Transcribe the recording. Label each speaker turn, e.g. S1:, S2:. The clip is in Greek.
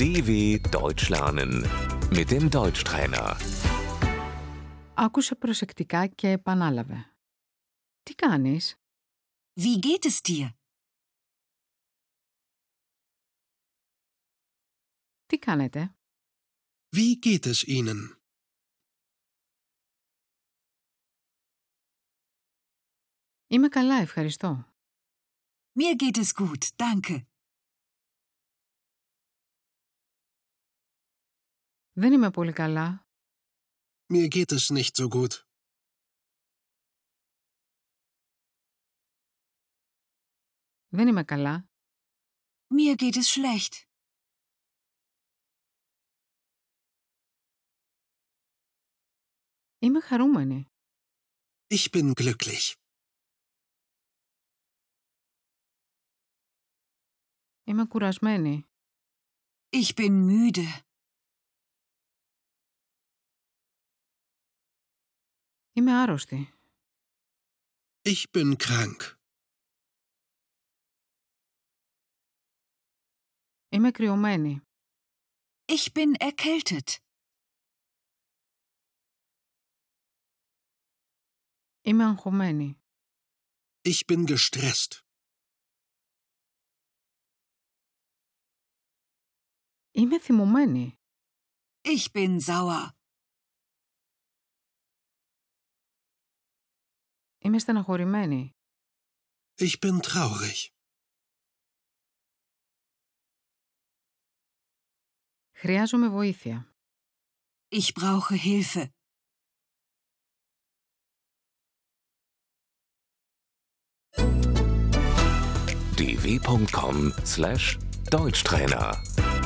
S1: DW Deutsch lernen mit dem Deutschtrainer.
S2: Άκουσε προσεκτικά και επανάλαβε. Τι κάνεις?
S3: Wie geht es dir?
S2: Τι κάνετε?
S4: Wie geht es Ihnen?
S2: Είμαι καλά, ευχαριστώ.
S3: Mir geht es gut, danke.
S2: Δεν είμαι πολύ καλά.
S4: Mir geht es nicht so gut.
S2: Δεν είμαι καλά.
S3: Mir geht es schlecht.
S2: Είμαι χαρούμενη.
S4: Ich bin glücklich.
S2: Είμαι κουρασμένη.
S3: Ich bin müde.
S2: Είμαι άρρωστη.
S4: Ich bin krank.
S2: Είμαι κρυωμένη.
S3: Ich bin erkältet.
S2: Είμαι αγχωμένη.
S4: Ich bin gestresst.
S2: Είμαι θυμωμένη.
S3: Ich bin sauer.
S2: Είμαι στεναχωρημένη.
S4: Ich bin traurig.
S2: Χρειάζομαι βοήθεια.
S3: Ich brauche Hilfe.
S1: dw.com/deutschtrainer